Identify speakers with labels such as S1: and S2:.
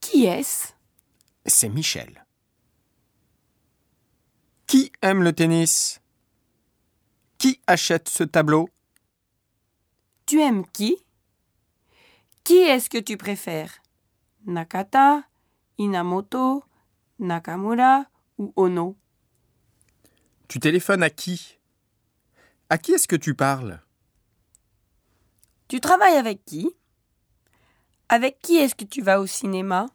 S1: Qui est-ce
S2: C'est Michel. Qui aime le tennis Qui achète ce tableau
S1: Tu aimes qui Qui est-ce que tu préfères Nakata, Inamoto, Nakamura ou Ono
S2: Tu téléphones à qui À qui est-ce que tu parles
S1: Tu travailles avec qui Avec qui est-ce que tu vas au cinéma